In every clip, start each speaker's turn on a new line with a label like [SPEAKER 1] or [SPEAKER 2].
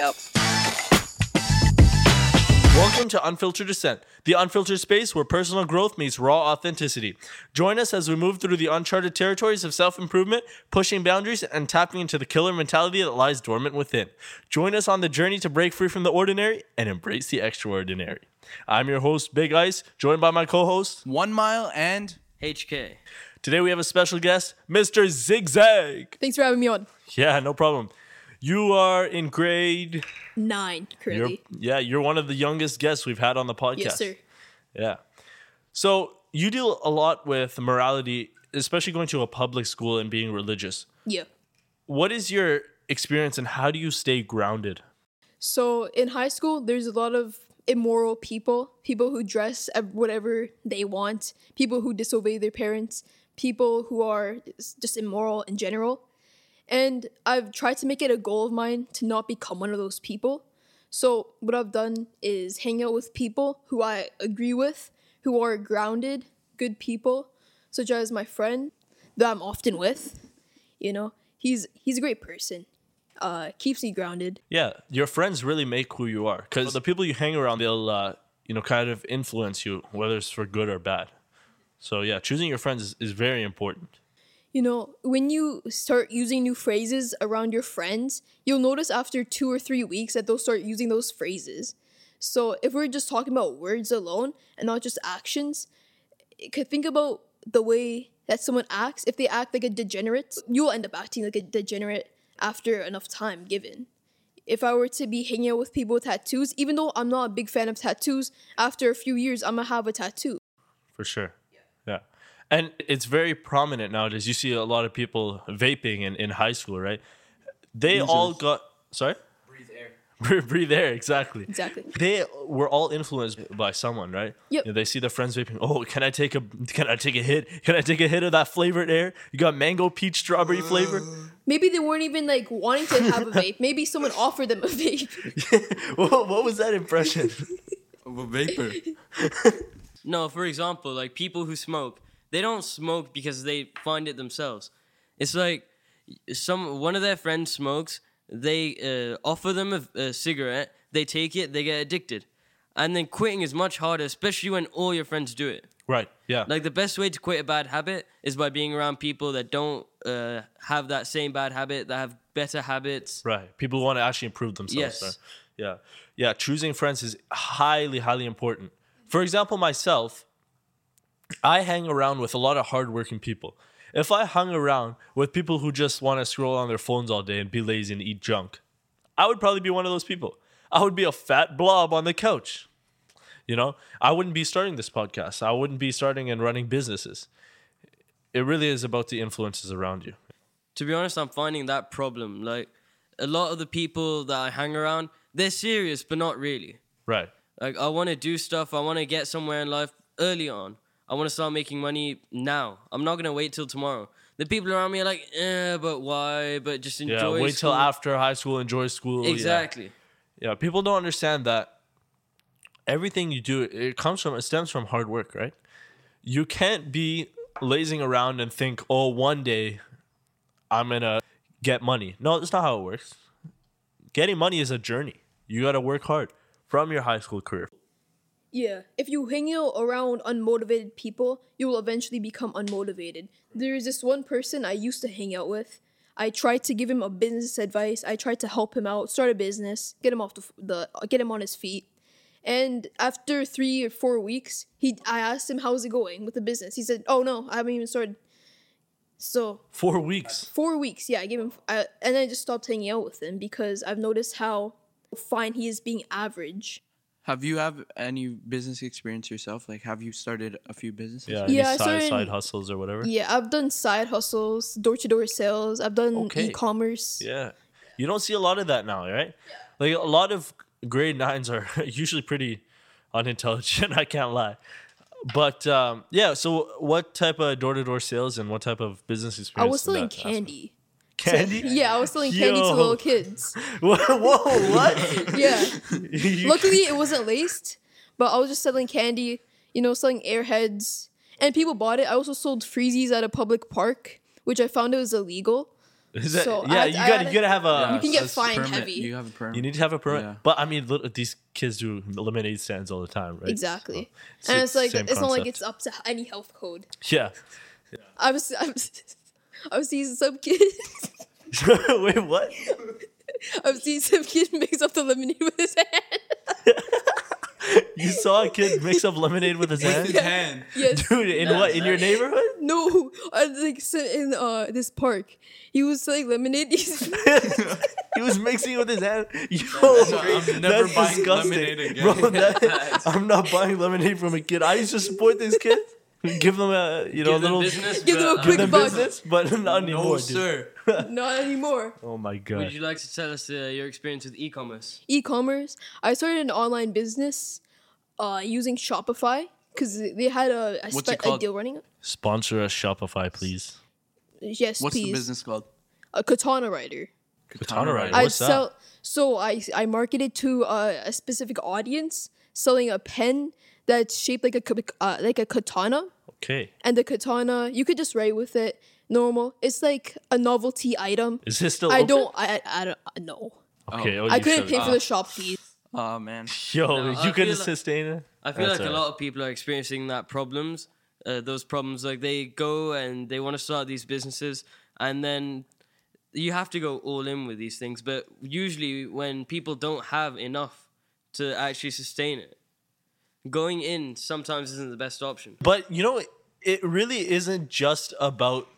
[SPEAKER 1] up.
[SPEAKER 2] Welcome to Unfiltered Dissent, the unfiltered space where personal growth meets raw authenticity. Join us as we move through the uncharted territories of self improvement, pushing boundaries, and tapping into the killer mentality that lies dormant within. Join us on the journey to break free from the ordinary and embrace the extraordinary. I'm your host, Big Ice, joined by my co host.
[SPEAKER 3] One mile and
[SPEAKER 1] HK.
[SPEAKER 2] Today we have a special guest, Mr. Zigzag.
[SPEAKER 4] Thanks for having me on.
[SPEAKER 2] Yeah, no problem. You are in grade.
[SPEAKER 4] Nine
[SPEAKER 2] You're,
[SPEAKER 4] currently.
[SPEAKER 2] yeah, you're one of the youngest guests we've had on the podcast.
[SPEAKER 4] Yes, sir.
[SPEAKER 2] Yeah. So you deal a lot with morality, especially going to a public school and being religious.
[SPEAKER 4] Yeah.
[SPEAKER 2] What is your experience and how do you stay grounded?
[SPEAKER 4] So in high school, there's a lot of immoral people, people who dress ab- whatever they want, people who disobey their parents, people who are s- just immoral in general. And I've tried to make it a goal of mine to not become one of those people. So what I've done is hang out with people who I agree with, who are grounded, good people, such as my friend that I'm often with. You know, he's he's a great person. Uh, keeps me grounded.
[SPEAKER 2] Yeah, your friends really make who you are because the people you hang around, they'll, uh, you know, kind of influence you, whether it's for good or bad. So yeah, choosing your friends is, is very important.
[SPEAKER 4] You know, when you start using new phrases around your friends, you'll notice after two or three weeks that they'll start using those phrases. So if we're just talking about words alone and not just actions, it could think about the way that someone acts. If they act like a degenerate, you'll end up acting like a degenerate after enough time given. If I were to be hanging out with people with tattoos, even though I'm not a big fan of tattoos, after a few years, I'm gonna have a tattoo.
[SPEAKER 2] For sure. Yeah. And it's very prominent nowadays. You see a lot of people vaping in, in high school, right? They all got sorry? Breathe air. Breathe air, exactly.
[SPEAKER 4] Exactly.
[SPEAKER 2] They were all influenced by someone, right?
[SPEAKER 4] Yep.
[SPEAKER 2] You know, they see their friends vaping. Oh, can I take a can I take a hit? Can I take a hit of that flavored air? You got mango, peach, strawberry flavor.
[SPEAKER 4] Maybe they weren't even like wanting to have a vape. Maybe someone offered them a vape.
[SPEAKER 2] what, what was that impression?
[SPEAKER 3] of a vapor.
[SPEAKER 1] No, for example, like people who smoke, they don't smoke because they find it themselves. It's like some one of their friends smokes, they uh, offer them a, a cigarette, they take it, they get addicted. And then quitting is much harder, especially when all your friends do it.
[SPEAKER 2] right. Yeah.
[SPEAKER 1] Like the best way to quit a bad habit is by being around people that don't uh, have that same bad habit, that have better habits.
[SPEAKER 2] Right. People want to actually improve themselves.
[SPEAKER 1] Yes.
[SPEAKER 2] right? Yeah. Yeah. Choosing friends is highly, highly important. For example, myself, I hang around with a lot of hardworking people. If I hung around with people who just want to scroll on their phones all day and be lazy and eat junk, I would probably be one of those people. I would be a fat blob on the couch. You know, I wouldn't be starting this podcast. I wouldn't be starting and running businesses. It really is about the influences around you.
[SPEAKER 1] to be honest, I'm finding that problem. Like a lot of the people that I hang around, they're serious, but not really.
[SPEAKER 2] Right.
[SPEAKER 1] Like I want to do stuff. I want to get somewhere in life early on. I want to start making money now. I'm not gonna wait till tomorrow. The people around me are like, eh, but why? But just enjoy.
[SPEAKER 2] Yeah. Wait till
[SPEAKER 1] school."
[SPEAKER 2] after high school, enjoy school. yeah.
[SPEAKER 1] Exactly.
[SPEAKER 2] Yeah, people don't understand that everything you do it comes from it stems from hard work, right? You can't be lazing around and think, "Oh, one day I'm going to get money." No, that's not how it works. Getting money is a journey. You got to work hard from your high school career.
[SPEAKER 4] Yeah. If you hang out around unmotivated people, you will eventually become unmotivated. There is this one person I used to hang out with. I tried to give him a business advice. I tried to help him out, start a business, get him off the, f- the get him on his feet. And after three or four weeks, he I asked him how's it going with the business. He said, "Oh no, I haven't even started." So
[SPEAKER 2] 4 weeks.
[SPEAKER 4] four weeks. Yeah, I gave him, I, and then I just stopped hanging out with him because I've noticed how fine he is being average.
[SPEAKER 3] Have you have any business experience yourself? Like, have you started a few businesses?
[SPEAKER 2] Yeah,
[SPEAKER 4] Yeah, I
[SPEAKER 2] any side,
[SPEAKER 4] started-
[SPEAKER 2] side hustles or whatever.
[SPEAKER 4] Yeah, I've done side hustles, door to door sales. I've done
[SPEAKER 2] Okay.
[SPEAKER 4] e-commerce.
[SPEAKER 2] Yeah. You don't see a lot of that now, right? Like a lot of grade nines are usually pretty unintelligent, I can't lie. But um, yeah, so what type of door to door sales and what type of business
[SPEAKER 4] I
[SPEAKER 2] experience?
[SPEAKER 4] was
[SPEAKER 2] did
[SPEAKER 4] selling
[SPEAKER 2] that
[SPEAKER 4] candy.
[SPEAKER 2] aspect- Candy?
[SPEAKER 4] Yeah, I was selling candy to
[SPEAKER 2] Yo.
[SPEAKER 4] little kids.
[SPEAKER 2] Whoa, whoa, what?
[SPEAKER 4] Yeah.
[SPEAKER 2] You-
[SPEAKER 4] Luckily, it wasn't laced, but I was just selling candy. You know, selling airheads, and people bought it. I also sold freezies at a public park, which I found it was illegal.
[SPEAKER 2] Is that-
[SPEAKER 4] So I
[SPEAKER 2] yeah,
[SPEAKER 4] had-
[SPEAKER 2] you
[SPEAKER 4] I
[SPEAKER 2] got
[SPEAKER 4] had-
[SPEAKER 2] you gotta have a.
[SPEAKER 4] You can get
[SPEAKER 3] it's
[SPEAKER 4] fined
[SPEAKER 3] permit.
[SPEAKER 4] heavy.
[SPEAKER 3] You have a permit.
[SPEAKER 2] You need to have a permit.
[SPEAKER 3] Yeah.
[SPEAKER 2] But I mean, lit- these kids do lemonade stands all the time, right?
[SPEAKER 4] Exactly.
[SPEAKER 2] So
[SPEAKER 4] and it's like
[SPEAKER 2] same
[SPEAKER 4] it's not like
[SPEAKER 2] concept.
[SPEAKER 4] it's up to any health code.
[SPEAKER 2] yeah.
[SPEAKER 4] I was I was I've seen some kids
[SPEAKER 2] Wait, what?
[SPEAKER 4] I've seen some kid mix up the lemonade with his hand.
[SPEAKER 2] You saw a kid mix up lemonade with his
[SPEAKER 4] With
[SPEAKER 2] hand,
[SPEAKER 4] his
[SPEAKER 3] hand.
[SPEAKER 4] Yes.
[SPEAKER 2] dude? In what? In your neighborhood?
[SPEAKER 4] No, I like so in uh this park. He was selling lemonade. He's,
[SPEAKER 2] he was mixing it with his hand. Yo,
[SPEAKER 3] crazy. I'm never
[SPEAKER 2] that's
[SPEAKER 3] buying
[SPEAKER 2] disgusting,
[SPEAKER 3] lemonade again.
[SPEAKER 2] bro. that- I'm not buying lemonade from a kid. I used to support this kid, give them a you know a
[SPEAKER 1] Give them
[SPEAKER 2] little
[SPEAKER 1] business,
[SPEAKER 4] Give them a
[SPEAKER 1] bruh.
[SPEAKER 2] give
[SPEAKER 4] quick
[SPEAKER 2] them
[SPEAKER 4] buck.
[SPEAKER 2] business, but not anymore,
[SPEAKER 3] No,
[SPEAKER 2] dude.
[SPEAKER 3] sir.
[SPEAKER 4] not anymore.
[SPEAKER 2] Oh my god.
[SPEAKER 1] Would you like to tell us uh, your experience with e-commerce?
[SPEAKER 4] E-commerce. I started an online business, uh, using Shopify because they had a I
[SPEAKER 3] What's it
[SPEAKER 4] spent a
[SPEAKER 3] called?
[SPEAKER 4] deal running.
[SPEAKER 2] Sponsor us, Shopify, please.
[SPEAKER 4] Yes,
[SPEAKER 3] What's the
[SPEAKER 4] please.
[SPEAKER 3] business called?
[SPEAKER 4] A katana writer.
[SPEAKER 2] Katana Rider.
[SPEAKER 4] I
[SPEAKER 2] What's that?
[SPEAKER 4] sell. So I I marketed to uh, a specific audience, selling a pen that's shaped like a ka- uh, like a katana,
[SPEAKER 2] Okay.
[SPEAKER 4] and the katana you could just write with it. Normal. It's like a novelty item.
[SPEAKER 2] Is this still
[SPEAKER 4] I
[SPEAKER 2] open?
[SPEAKER 4] don't. I I I don't know.
[SPEAKER 2] Okay. Oh,
[SPEAKER 4] I
[SPEAKER 2] you
[SPEAKER 4] couldn't
[SPEAKER 2] shut
[SPEAKER 4] pay
[SPEAKER 2] it.
[SPEAKER 4] for the shop fees.
[SPEAKER 3] Oh man.
[SPEAKER 2] Yo,
[SPEAKER 1] No, I
[SPEAKER 2] you couldn't
[SPEAKER 1] feel like-
[SPEAKER 2] sustain it.
[SPEAKER 1] I feel
[SPEAKER 2] That's
[SPEAKER 1] like a
[SPEAKER 2] alright.
[SPEAKER 1] lot of people are experiencing that problems. Uh, those problems, like they go and they want to start these businesses, and then you have to go all in with these things. But usually, when people don't have enough to actually sustain it, going in sometimes isn't the best option.
[SPEAKER 2] But you know, it really isn't just about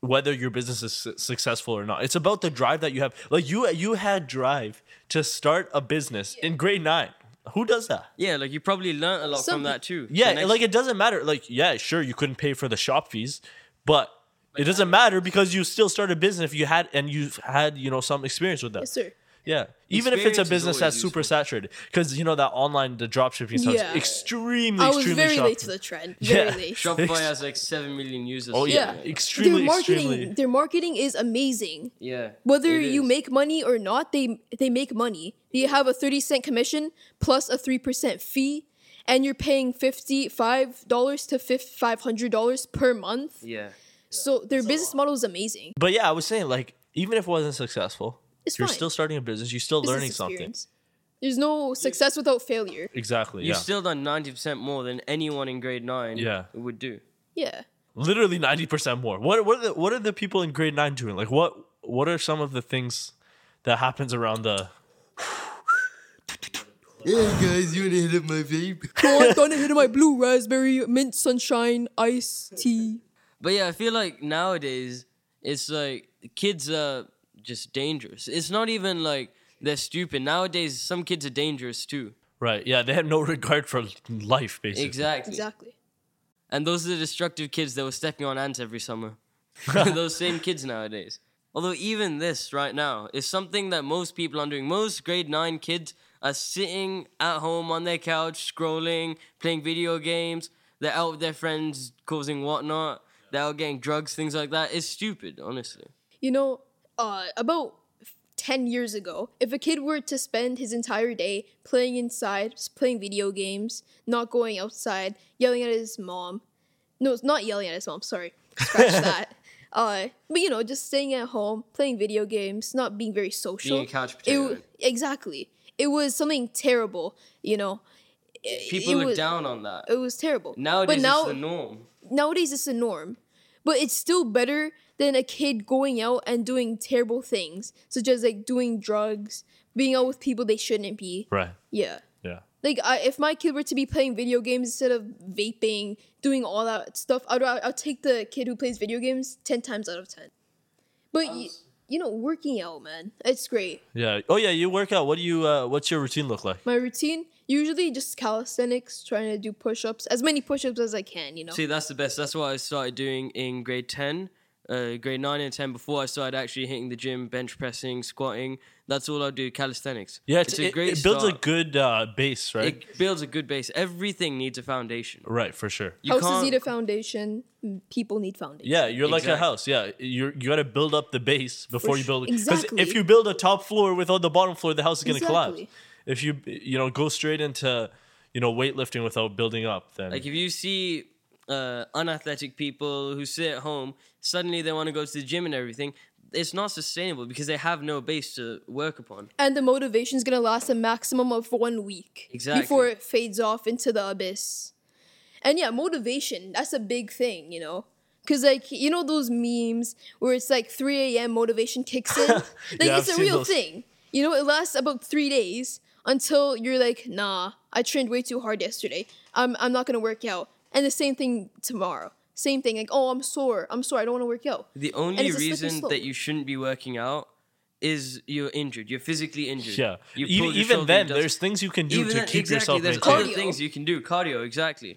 [SPEAKER 2] whether your business is su- successful or not. It's about the drive that you have. Like you, you had drive to start a business in grade nine. Who does that?
[SPEAKER 1] Yeah, like you probably learnt a lot
[SPEAKER 4] Some
[SPEAKER 1] from
[SPEAKER 4] pe-
[SPEAKER 1] that too. The
[SPEAKER 2] Yeah,
[SPEAKER 1] next-
[SPEAKER 2] like it doesn't matter. Like, yeah, sure, you couldn't pay for the shop fees, but it doesn't matter because you still started a business if you had and you've had you know some experience with that.
[SPEAKER 4] Yes, sir.
[SPEAKER 2] Yeah. Even if it's a
[SPEAKER 1] Experience is
[SPEAKER 2] business that's
[SPEAKER 1] always
[SPEAKER 2] super
[SPEAKER 1] useful.
[SPEAKER 2] saturated. Because you know that online the drop shipping stuff
[SPEAKER 4] Yeah.
[SPEAKER 2] is extremely,
[SPEAKER 4] I was
[SPEAKER 2] extremely
[SPEAKER 4] very
[SPEAKER 2] shop-
[SPEAKER 4] late to the trend. Very
[SPEAKER 2] Yeah.
[SPEAKER 4] late.
[SPEAKER 1] Shopify has like seven million users.
[SPEAKER 2] Oh yeah.
[SPEAKER 4] Yeah.
[SPEAKER 2] Extremely,
[SPEAKER 4] their marketing,
[SPEAKER 2] extremely
[SPEAKER 4] their marketing is amazing.
[SPEAKER 1] yeah.
[SPEAKER 4] Whether
[SPEAKER 1] it
[SPEAKER 4] you
[SPEAKER 1] is.
[SPEAKER 4] make money or not, they they make money. They have a thirty cent commission plus a three percent fee, and you're paying fifty five dollars to five hundred dollars per month.
[SPEAKER 1] yeah.
[SPEAKER 4] So their business model is amazing.
[SPEAKER 2] But yeah, I was saying like even if it wasn't successful,
[SPEAKER 4] It's
[SPEAKER 2] you're
[SPEAKER 4] fine.
[SPEAKER 2] still starting a business, you're still
[SPEAKER 4] Business
[SPEAKER 2] learning something.
[SPEAKER 4] experience. There's no success without failure.
[SPEAKER 2] Exactly.
[SPEAKER 1] You've
[SPEAKER 2] yeah.
[SPEAKER 1] still done ninety percent more than anyone in grade nine.
[SPEAKER 2] Yeah.
[SPEAKER 1] would do.
[SPEAKER 4] Yeah.
[SPEAKER 2] Literally ninety percent more. What what are the what are the people in grade nine doing? Like what what are some of the things that happens around the
[SPEAKER 5] Hey guys, you wanna hit up my vape?
[SPEAKER 4] Oh, I'm gonna hit my blue raspberry mint sunshine iced tea.
[SPEAKER 1] But yeah, I feel like nowadays it's like kids are just dangerous. It's not even like they're stupid. Nowadays, some kids are dangerous too.
[SPEAKER 2] Right. Yeah, they have no regard for life, basically.
[SPEAKER 1] Exactly.
[SPEAKER 4] Exactly.
[SPEAKER 1] And those are the destructive kids that were stepping on ants every summer. those same kids nowadays. Although even this right now is something that most people are doing. Most grade nine kids are sitting at home on their couch, scrolling, playing video games. They're out with their friends, causing whatnot. They're out getting drugs, things like that. It's stupid, honestly.
[SPEAKER 4] You know, uh, about 10 years ago, if a kid were to spend his entire day playing inside, s- playing video games, not going outside, yelling at his mom, no, it's not yelling at his mom, sorry, scratch that. Uh, but you know, just staying at home, playing video games, not being very social.
[SPEAKER 1] Being a couch
[SPEAKER 4] It
[SPEAKER 1] potato.
[SPEAKER 4] w- exactly. It was something terrible, you know. It-
[SPEAKER 1] People
[SPEAKER 4] it
[SPEAKER 1] look
[SPEAKER 4] was,
[SPEAKER 1] down on that.
[SPEAKER 4] It was terrible.
[SPEAKER 1] Nowadays,
[SPEAKER 4] but now,
[SPEAKER 1] it's the norm.
[SPEAKER 4] nowadays it's the norm, but it's still better than a kid going out and doing terrible things, such as like doing drugs, being out with people they shouldn't be.
[SPEAKER 2] Right.
[SPEAKER 4] Yeah.
[SPEAKER 2] Yeah.
[SPEAKER 4] Like I, if my kid were to be playing video games instead of vaping, doing all that stuff, I'd ra- I'll take the kid who plays video games ten times out of ten. But y- you know, working out, man, it's great.
[SPEAKER 2] Yeah. Oh yeah, you work out. What do you uh what's your routine look like?
[SPEAKER 4] My routine usually just calisthenics, trying to do push-ups, as many push-ups as I can. You know.
[SPEAKER 1] See, that's the best. That's what I started doing in grade 10, uh, grade 9 and 10 before I started actually hitting the gym, bench pressing, squatting. That's all I do, calisthenics.
[SPEAKER 2] Yeah, it's, it, it builds a
[SPEAKER 1] start.
[SPEAKER 2] good uh, base, right?
[SPEAKER 1] It builds a good base. Everything needs a foundation.
[SPEAKER 2] right, for sure.
[SPEAKER 1] You
[SPEAKER 4] Houses
[SPEAKER 1] can't-
[SPEAKER 4] need a foundation. People need foundation.
[SPEAKER 2] Yeah, you're like a
[SPEAKER 1] Exactly.
[SPEAKER 2] house. Yeah, you you got to build up the base before you
[SPEAKER 4] sh-
[SPEAKER 2] build.
[SPEAKER 4] exactly.
[SPEAKER 2] if you build a top floor without the bottom floor, the house is going to collapse.
[SPEAKER 4] Exactly.
[SPEAKER 2] If you you know go straight into you know weightlifting without building up, then
[SPEAKER 1] Like if you see uh, unathletic people who sit at home, suddenly they want to go to the gym and everything. it's not sustainable because they have no base to work upon.
[SPEAKER 4] and the motivation is going to last a maximum of one week before
[SPEAKER 1] Exactly.
[SPEAKER 4] it fades off into the abyss and yeah motivation that's a big thing you know because like you know those memes where it's like 3 a.m motivation kicks in like
[SPEAKER 2] Yeah, I've
[SPEAKER 4] it's a
[SPEAKER 2] seen
[SPEAKER 4] real
[SPEAKER 2] those.
[SPEAKER 4] thing you know it lasts about three days until you're like nah i trained way too hard yesterday i'm, I'm not going to work out and the same thing tomorrow same thing like oh i'm sore i'm sore i don't want to work out
[SPEAKER 1] The only
[SPEAKER 4] it's a slippery
[SPEAKER 1] reason
[SPEAKER 4] slope.
[SPEAKER 1] that you shouldn't be working out is you're injured. You're physically injured.
[SPEAKER 2] Yeah.
[SPEAKER 1] You
[SPEAKER 2] E-
[SPEAKER 1] pulled your
[SPEAKER 2] even
[SPEAKER 1] shoulder
[SPEAKER 2] then,
[SPEAKER 1] and does-
[SPEAKER 2] there's things you can do to
[SPEAKER 1] then-
[SPEAKER 2] keep
[SPEAKER 1] exactly,
[SPEAKER 2] yourself
[SPEAKER 1] There's
[SPEAKER 2] maintained.
[SPEAKER 1] other
[SPEAKER 4] Cardio.
[SPEAKER 1] things you can do. Cardio, exactly.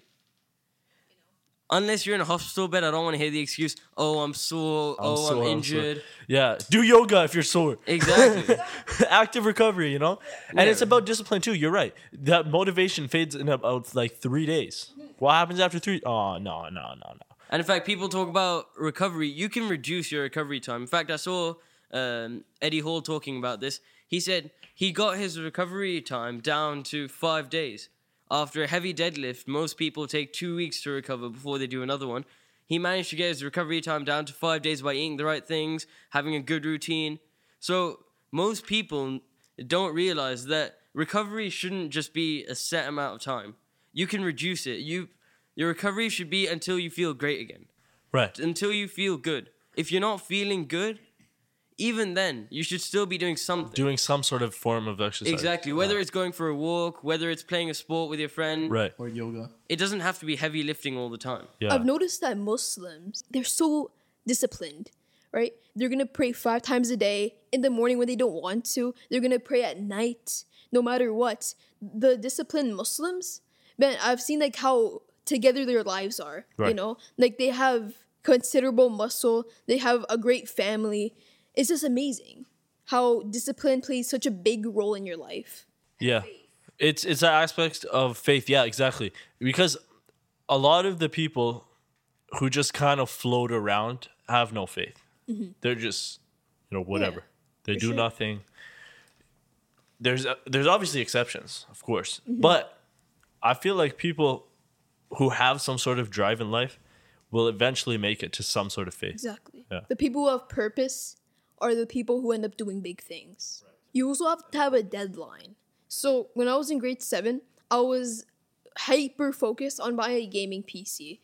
[SPEAKER 1] Unless you're in a hospital bed, I don't want to hear the excuse. Oh, I'm sore. oh,
[SPEAKER 2] sore,
[SPEAKER 1] I'm
[SPEAKER 2] sore."
[SPEAKER 1] injured.
[SPEAKER 2] Yeah, do yoga if you're sore.
[SPEAKER 1] Exactly.
[SPEAKER 2] Active recovery, you know? And it's
[SPEAKER 1] Yeah.
[SPEAKER 2] about discipline too. You're right. That motivation fades in about like three days. What happens after three? Oh, no, no, no, no.
[SPEAKER 1] And in fact, people talk about recovery. You can reduce your recovery time. In fact, I saw um, Eddie Hall talking about this. He said he got his recovery time down to five days. After a heavy deadlift, most people take two weeks to recover before they do another one. He managed to get his recovery time down to five days by eating the right things, having a good routine. So, most people don't realize that recovery shouldn't just be a set amount of time. You can reduce it. You your recovery should be until you feel great again,
[SPEAKER 2] Right.
[SPEAKER 1] until you feel good. If you're not feeling good, even then, you should still be doing something.
[SPEAKER 2] Doing some sort of form of exercise.
[SPEAKER 1] exactly. Whether it's going for a walk, whether it's playing a sport with your friend,
[SPEAKER 2] Right.
[SPEAKER 5] Or yoga.
[SPEAKER 1] it doesn't have to be heavy lifting all the time.
[SPEAKER 2] Yeah.
[SPEAKER 4] I've noticed that Muslims, they're so disciplined, right? They're gonna pray five times a day in the morning when they don't want to. They're gonna pray at night, no matter what. The disciplined Muslims, man, I've seen like how together their lives are. You
[SPEAKER 2] Right.
[SPEAKER 4] know, like they have considerable muscle. They have a great family. It's just amazing how discipline plays such a big role in your life.
[SPEAKER 2] Yeah. It's it's that aspect of faith. Yeah, exactly. Because a lot of the people who just kind of float around have no faith. They're just, you know, whatever. they do
[SPEAKER 4] Mm-hmm. sure.
[SPEAKER 2] nothing. There's uh, there's obviously exceptions, of course.
[SPEAKER 4] Mm-hmm.
[SPEAKER 2] But I feel like people who have some sort of drive in life will eventually make it to some sort of faith.
[SPEAKER 4] Exactly.
[SPEAKER 2] Yeah.
[SPEAKER 4] The people who have purpose are the people who end up doing big things. You also have to have a deadline. So when I was in grade seven, I was hyper focused on buying a gaming PC.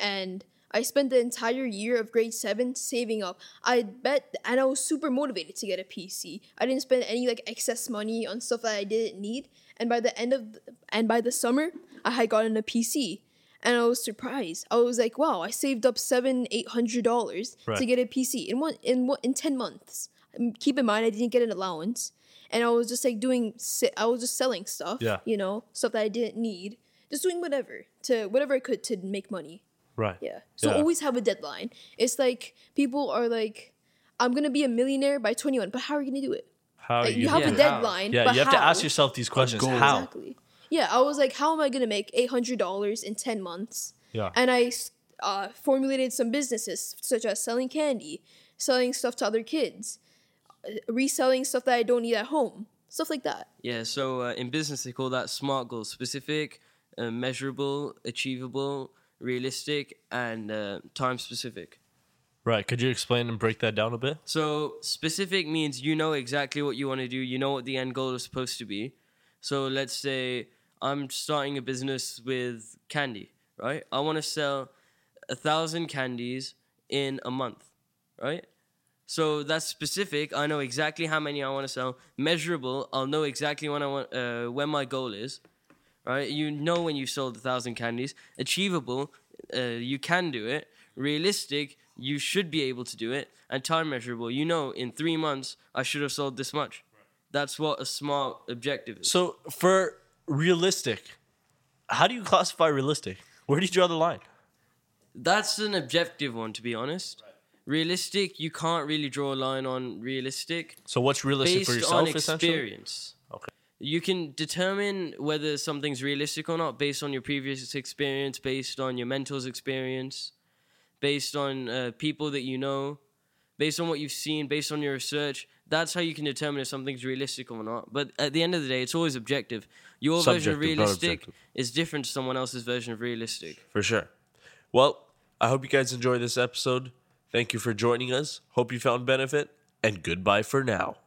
[SPEAKER 4] And I spent the entire year of grade seven saving up. I bet, and I was super motivated to get a PC. I didn't spend any like excess money on stuff that I didn't need. And by the end of, and by the summer, I had gotten a PC. And I was surprised. I was like, wow, I saved up seven, eight hundred dollars to
[SPEAKER 2] Right.
[SPEAKER 4] get a PC in one, in one, in ten months. Um, Keep in mind, I didn't get an allowance, and I was just like doing, si- I was just selling stuff.
[SPEAKER 2] Yeah.
[SPEAKER 4] You know, stuff that I didn't need. Just doing whatever to whatever I could to make money.
[SPEAKER 2] Right.
[SPEAKER 4] Yeah. So
[SPEAKER 2] Yeah.
[SPEAKER 4] always have a deadline. It's like people are like, I'm gonna be a millionaire by 21, but how are you gonna do it?
[SPEAKER 2] How
[SPEAKER 4] Like,
[SPEAKER 2] you,
[SPEAKER 4] you have
[SPEAKER 1] Yeah,
[SPEAKER 4] a
[SPEAKER 1] how?
[SPEAKER 4] deadline.
[SPEAKER 2] Oh, Yeah,
[SPEAKER 4] but
[SPEAKER 2] you have to
[SPEAKER 4] how?
[SPEAKER 2] ask yourself these questions.
[SPEAKER 5] goal.
[SPEAKER 2] How?
[SPEAKER 4] Exactly. Yeah, I was like, how am I gonna make eight hundred dollars in ten months?
[SPEAKER 2] Yeah.
[SPEAKER 4] And I s- uh, formulated some businesses such as selling candy, selling stuff to other kids, uh, reselling stuff that I don't need at home, stuff like that.
[SPEAKER 1] Yeah, so uh, in business, they call that SMART goals specific, uh, measurable, achievable, realistic, and uh, time specific.
[SPEAKER 2] Right. Could you explain and break that down a bit?
[SPEAKER 1] So specific means you know exactly what you want to do. You know what the end goal is supposed to be. So let's say I'm starting a business with candy, right? I want to sell a thousand candies in a month, right? So that's specific. I know exactly how many I want to sell. Measurable. I'll know exactly when I want uh, when my goal is, right? You know when you sold a thousand candies. Achievable. Uh, you can do it. Realistic. You should be able to do it. And time measurable. You know in three months I should have sold this much. That's what a smart objective is.
[SPEAKER 2] So for realistic, how do you classify realistic? Where do you draw the line?
[SPEAKER 1] That's an objective one, to be honest. Realistic. You can't really draw a line on realistic.
[SPEAKER 2] So what's realistic
[SPEAKER 1] based
[SPEAKER 2] for yourself
[SPEAKER 1] on
[SPEAKER 2] essentially?
[SPEAKER 1] experience.
[SPEAKER 2] Okay.
[SPEAKER 1] You can determine whether something's realistic or not based on your previous experience, based on your mentor's experience, based on uh, people that you know, based on what you've seen, based on your research. That's how you can determine if something's realistic or not. But at the end of the day, it's always objective. Your version of
[SPEAKER 2] Subjective, not
[SPEAKER 1] realistic
[SPEAKER 2] objective.
[SPEAKER 1] is different to someone else's version of realistic.
[SPEAKER 2] For sure. Well, I hope you guys enjoy this episode. Thank you for joining us. Hope you found benefit, and goodbye for now.